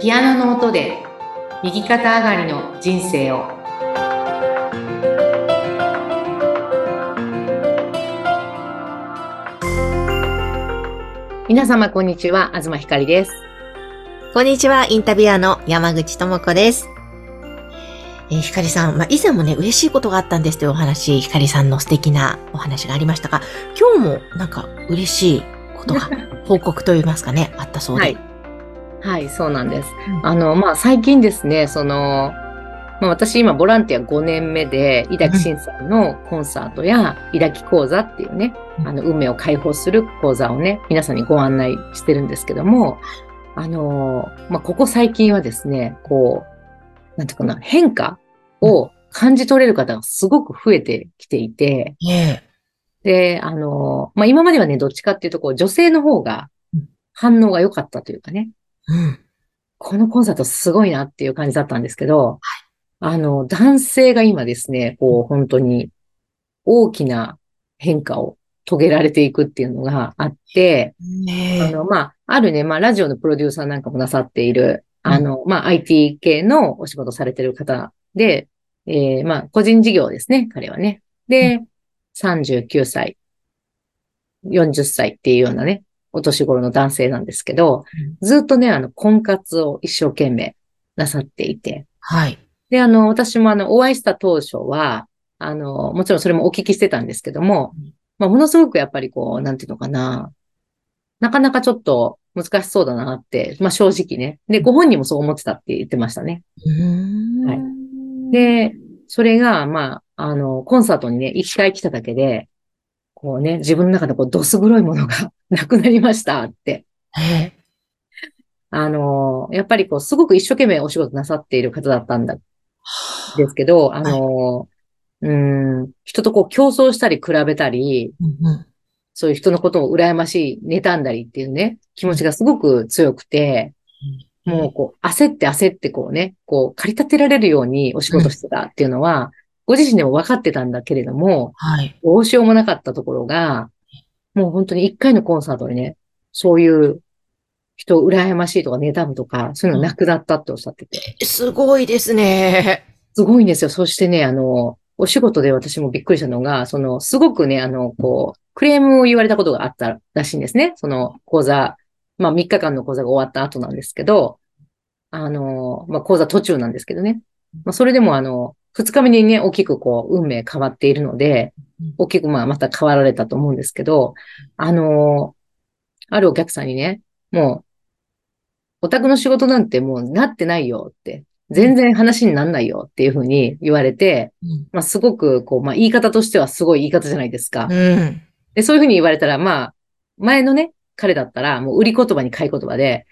ピアノの音で右肩上がりの人生を皆様こんにちは東ひかりですこんにちは、インタビュアーの山口智子です。えーひかりさん、まあ、以前もね、嬉しいことがあったんですというお話、ひかりさんの素敵なお話がありましたが、今日もなんか嬉しいこ とが、報告といいますかね、あったそうで。 はい。はい、そうなんです。うんあの、まあ、最近ですね、その、まあ、私今ボランティア5年目で、井滝慎さんのコンサートや、井滝講座っていうね、うんあの、運命を解放する講座をね、皆さんにご案内してるんですけども、あの、まあ、ここ最近はですね、こう、なんていうかな、変化を感じ取れる方がすごく増えてきていて、えで、あの、まあ、今まではね、どっちかっていうと、こう、女性の方がうん反応が良かったというかね、うん。このコンサートすごいなっていう感じだったんですけど、あの、男性が今ですね、こう、本当に大きな変化を遂げられていくっていうのがあって、ねあの、まあ、あるね、まあ、ラジオのプロデューサーなんかもなさっている、あの、まあ、IT 系のお仕事されてる方で、えー、まあ、個人事業ですね、彼はね。で、39歳、40歳っていうようなね、お年頃の男性なんですけど、ずっとね、あの、婚活を一生懸命なさっていて、はい。で、あの、私もあの、お会いした当初は、あの、もちろんそれもお聞きしてたんですけどもうん、まあ、ものすごくやっぱりこう、なんていうのかな、なかなかちょっと難しそうだなって、まあ、正直ね。で、ご本人もそう思ってたって言ってましたね。うーん。はいで、それが、まあ、あの、コンサートにね、一回来ただけで、こうね、自分の中でこう、どす黒いものが なくなりましたって。えあの、やっぱりこう、すごく一生懸命お仕事なさっている方だったんだですけど、あの、うん、人とこう競争したり比べたり、うんうんそういう人のことを羨ましい、妬んだりっていうね、気持ちがすごく強くて、もうこう焦って焦ってこうね、こう駆り立てられるようにお仕事してたっていうのは、ご自身でも分かってたんだけれども、はい。どうしようもなかったところが、もう本当に一回のコンサートでね、そういう人を羨ましいとか妬むとか、そういうのがなくなったっておっしゃってて。すごいですね。すごいんですよ。そしてね、あの、お仕事で私もびっくりしたのが、その、すごくね、あの、こう、クレームを言われたことがあったらしいんですね。その、講座、まあ、3日間の講座が終わった後なんですけど、あの、まあ、講座途中なんですけどね。まあ、それでも、あの、2日目にね、大きくこう、運命変わっているのでうん、大きくまあ、また変わられたと思うんですけど、あの、あるお客さんにね、もう、お宅の仕事なんてもうなってないよって、全然話になんないよっていうふうに言われて、うん。まあ、すごく、こう、まあ、言い方としてはすごい言い方じゃないですか。うん。で、そういうふうに言われたら、まあ、前のね、彼だったら、もう売り言葉に買い言葉で、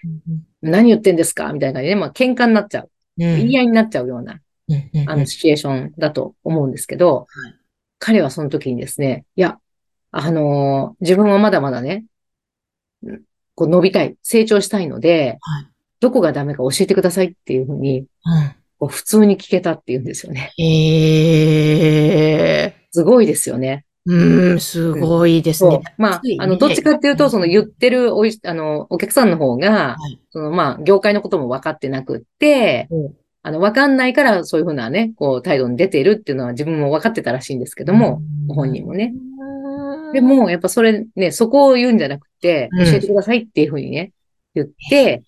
何言ってんですかみたいな感じで、まあ、喧嘩になっちゃう。うん言い合いになっちゃうような、うんうんあの、シチュエーションだと思うんですけど、はい彼はその時にですね、いや、あのー自分はまだまだね、うんこう伸びたい、成長したいので、はいどこがダメか教えてくださいっていうふうに、うんこう普通に聞けたっていうんですよね。ええすごいですよね。うーん、すごいですね。まあつい、ねあの、どっちかっていううと、んその言ってるおい、あの、お客さんの方が、はいその、まあ、業界のことも分かってなくって、うんあの、分かんないから、そういうふうなね、こう、態度に出ているっていうのは自分も分かってたらしいんですけども、ご本人もね。で、も、やっぱそれね、そこを言うんじゃなくて、うん教えてくださいっていうふうにね、言って、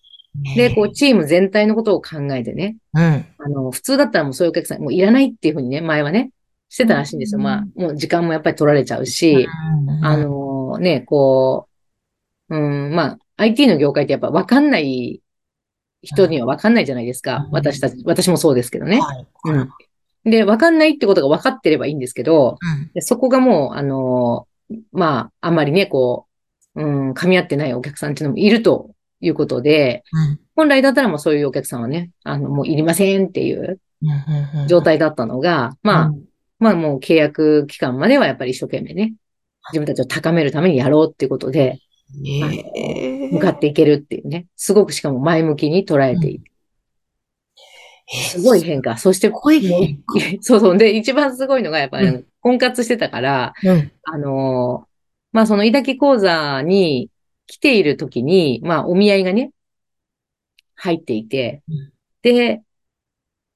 で、こう、チーム全体のことを考えてね、うん、あの、普通だったらもうそういうお客さん、もういらないっていうふうにね、前はね、してたらしいんですよ。まあ、もう時間もやっぱり取られちゃうし、あのね、こう、うん、まあ、IT の業界ってやっぱ分かんない人には分かんないじゃないですかう。ん私たち、私もそうですけどね。はい、うん。で、分かんないってことが分かってればいいんですけど、うんでそこがもう、あの、まあ、あんまりね、こう、うん、噛み合ってないお客さんっていうのもいるということで、うん本来だったらもうそういうお客さんはね、あの、もういりませんっていううんうん状態だったのが、まあ、まあもう契約期間まではやっぱり一生懸命ね、自分たちを高めるためにやろうっていうことで、ええ向かっていけるっていうね、すごくしかも前向きに捉えている。すごい変化。そして、ごい変そうそう。で、一番すごいのがやっぱり、う婚活してたから、うんあのーまあその、いだき講座に来ている時に、まあお見合いがね、入っていて、うんで、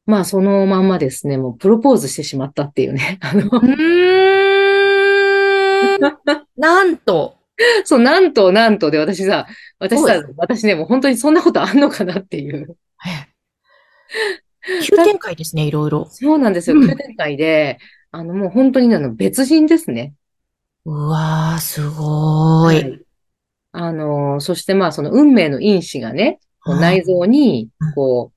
まあそのまんまですね、もうプロポーズしてしまったっていうね。 あの、うーん。なんと。そう、なんとなんとで私さ、私そうさで、私ね、もう本当にそんなことあんのかなっていう。急展開ですね、いろいろ。そうなんですよ。うん9年会で、あのもう本当にあの別人ですね。うわー、すごーい。い。あの、そしてまあその運命の因子がね、こう内臓にうん、こ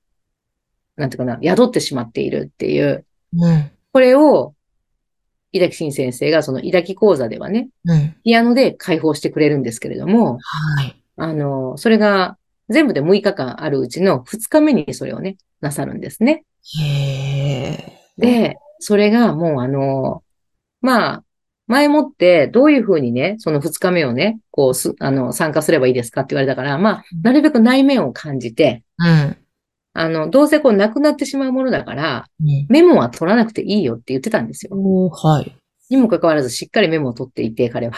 う、なんていうかな、宿ってしまっているっていう。うん。これを、伊崎新先生がその伊崎講座ではね、うん。ピアノで解放してくれるんですけれども、はい。あの、それが全部で6日間あるうちの2日目にそれをね、なさるんですね。へー。で、それがもうあの、まあ、前もってどういうふうにね、その2日目をね、こうす、あの、参加すればいいですかって言われたから、まあ、なるべく内面を感じて、うん。あの、どうせこうなくなってしまうものだから、うん。メモは取らなくていいよって言ってたんですよ。おー、 はい。にもかかわらずしっかりメモを取っていて、彼は。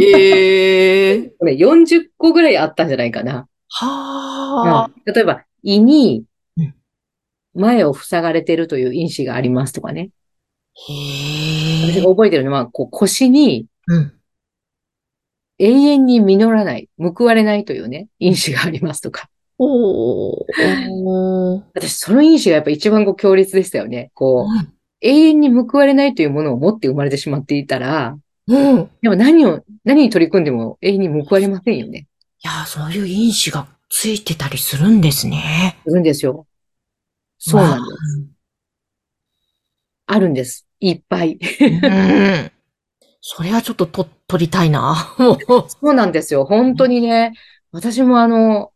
へー。これ40個ぐらいあったんじゃないかな。はうん例えば、胃にうん前を塞がれてるという因子がありますとかね。ー。へ私ー。が覚えてるのは、こう腰にうん。永遠に実らない、報われないというね、因子がありますとか。おー。私、その因子がやっぱ一番こう強烈でしたよね。こう、永遠に報われないというものを持って生まれてしまっていたら、うん。いでも何を、何に取り組んでも永遠に報われませんよね。やー、そういう因子がついてたりするんですね。いるんですよ。そうなんです。あるんです。いっぱい。うん。それはちょっとと、取りたいな。もうそうなんですよ。本当にね、私もあの、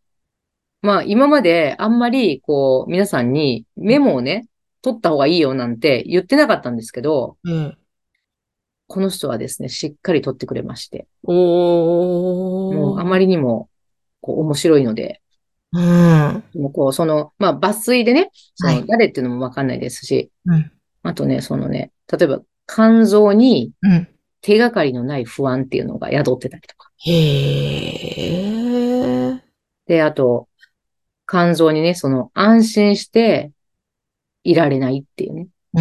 まあ今まであんまりこう皆さんにメモをね、取った方がいいよなんて言ってなかったんですけど、うん。この人はですね、しっかり取ってくれまして、もおうあまりにもこう面白いので、うん。もうこうその、まあ抜粋でね、そはのい誰っていうのもわかんないですし、うん。あとね、そのね、例えば肝臓にうん。手がかりのない不安っていうのが宿ってたりとか、へえ。で、あと、肝臓にね、その安心していられないっていうね。うー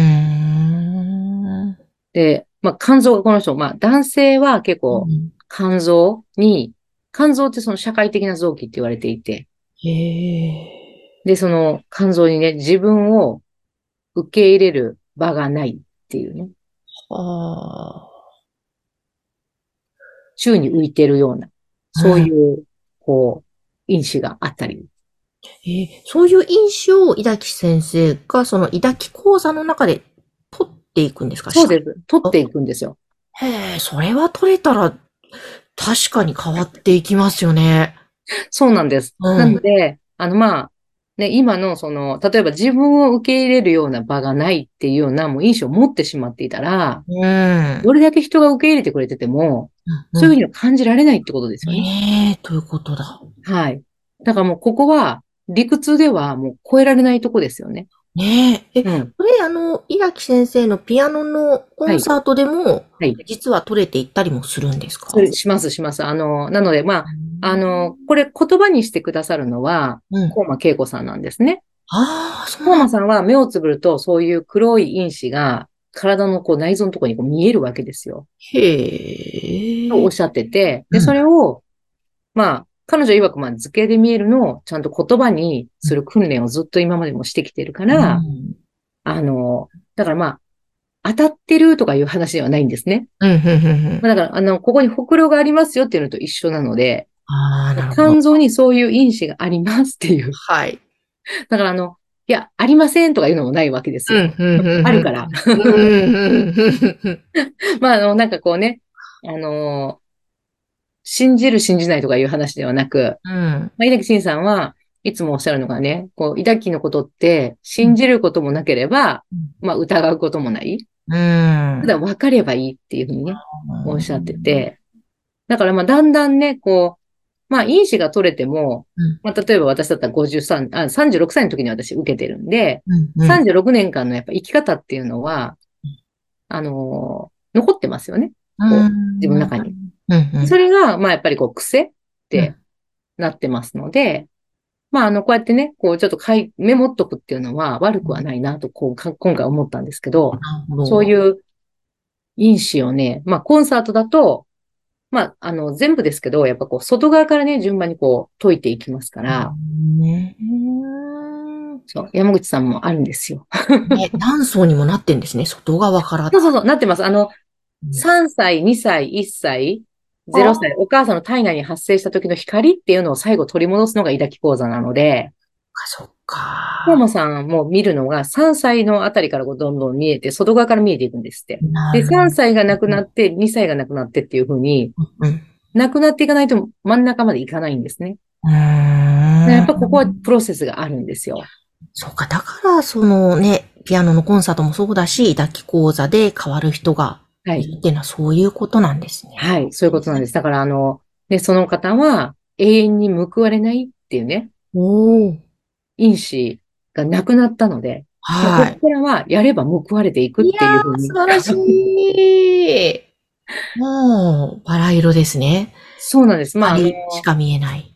ん。で、まあ、肝臓がこの人、まあ、男性は結構肝臓に、肝臓ってその社会的な臓器って言われていて、へえ。で、その肝臓にね、自分を受け入れる場がないっていうね、ああ。宙に浮いてるような、そういう、こう、因子があったり。えーそういう印象を伊崎先生が、その伊崎講座の中で取っていくんですかそうです。取っていくんですよ。す。へえ、それは取れたら、確かに変わっていきますよね。そうなんです。うんなので、あの、まあ、ね、今のその、例えば自分を受け入れるような場がないっていうような、もう印象を持ってしまっていたら、うん。どれだけ人が受け入れてくれてても、そういうふうには感じられないってことですよね。ええということだ。はい。だからもうここは、理屈ではもう超えられないとこですよね。ねえ。え、うん。これ、あの、稲木先生のピアノのコンサートでも、はい。実は取れていったりもするんですかそれします、します。あの、なので、まあ、あ、の、これ言葉にしてくださるのは、うん。コーマ恵子さんなんですね。ああ、そうコーなんマさんは目をつぶると、そういう黒い因子が、体のこう内臓のところにこう見えるわけですよ。へえ。とおっしゃってて、うんで、それを、まあ、彼女曰く、まあ、図形で見えるのをちゃんと言葉にする訓練をずっと今までもしてきてるから、うん、あの、だからまあ、当たってるとかいう話ではないんですね。うん、うん、うんうん。まあだから、あの、ここにほくろがありますよっていうのと一緒なので、ああ、なるほど。肝臓にそういう因子がありますっていう。はい。だからあの、いや、ありませんとかいうのもないわけですうよ。ん、うん、うん。あるから。うん。うん、うん、うん。まあ、あの、なんかこうね、あの信じる信じないとかいう話ではなく、うん。まあ、井崎慎さんはいつもおっしゃるのがね、こう、井崎のことって信じることもなければ、まあ、疑うこともない。うん。 ただ分かればいいっていうふうにね、おっしゃってて。だからまあ、だんだんね、こう、まあ、因子が取れてもうん、まあ、例えば私だったら53、あ、36歳の時に私受けてるんで、うん、うん。 36年間のやっぱ生き方っていうのは、あのー残ってますよね。うん自分の中に。うん、うん。それが、まあ、やっぱりこう、癖っうてん。なってますので、まあ、あの、こうやってね、こう、ちょっとかい、メモっとくっていうのは悪くはないなと、こう、か今回思ったんですけど、そういうう因子をね、まあ、コンサートだと、まあ、あの、全部ですけど、やっぱこう、外側からね、順番にこう、解いていきますから、ねそう、山口さんもあるんですよ。ね何層にもなってんですね、外側から。 そうそうそう、なってます。あの、うん3歳、2歳、1歳、0歳、お母さんの体内に発生した時の光っていうのを最後取り戻すのが抱き講座なので、そっか、トーそっか。マさんも見るのが3歳のあたりからこうどんどん見えて、外側から見えていくんですって。なで、る3歳がなくなって、2歳がなくなってっていうふうに、うん。なくなっていかないと真ん中までいかないんですね。うーんやっぱここはプロセスがあるんですよ。そうか、だから、そのね、ピアノのコンサートもそうだし、抱き講座で変わる人がはいい。るっていうのはそういうことなんですね。はい。そういうことなんです。だから、あの、ね、その方は永遠に報われないっていうね、おお。因子がなくなったので、はこい。こからはやれば報われていくっていうふうに。素晴らしい。もう、バラ色ですね。そうなんです。まあ、ああのれしか見えない。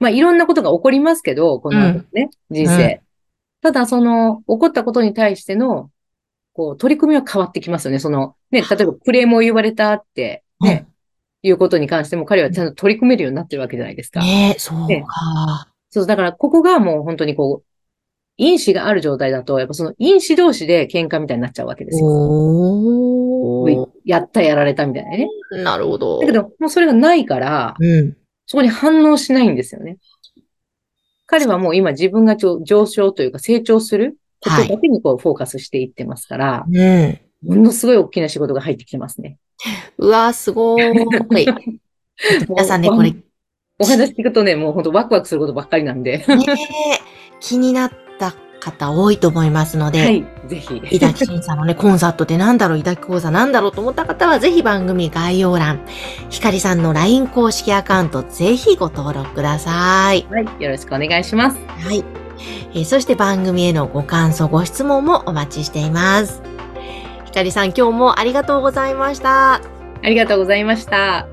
まあ、いろんなことが起こりますけど、この後ね、人生。ただ、その、起こったことに対しての、こう、取り組みは変わってきますよね。その、ね、例えばクレームを言われたって、ね、いうことに関しても、彼はちゃんと取り組めるようになってるわけじゃないですうんか。ねそうねか。そう、だから、ここがもう本当にこう、因子がある状態だと、やっぱその因子同士で喧嘩みたいになっちゃうわけですよ。おー。やった、やられたみたいなね。なるほど。だけど、もうそれがないから、うん。そこに反応しないんですよね。彼はもう今自分がちょ上昇というか成長することだはい。けにこうフォーカスしていってますから、うん。ものすごい大きな仕事が入ってきてますね。うわー、すごーい。 皆さんね、もう これ、お話聞くとね、もう本当ワクワクすることばっかりなんで。はねえ、気になった方多いと思いますので、い、ぜひ。伊達慎さんの ね、コンサートってなんだろう、伊達講座なんだろうと思った方は、ぜひ番組概要欄、ひかりさんの LINE 公式アカウント、ぜひご登録ください。はい、よろしくお願いします。はい。えーそして番組へのご感想、ご質問もお待ちしています。ひかりさん、今日もありがとうございました。ありがとうございました。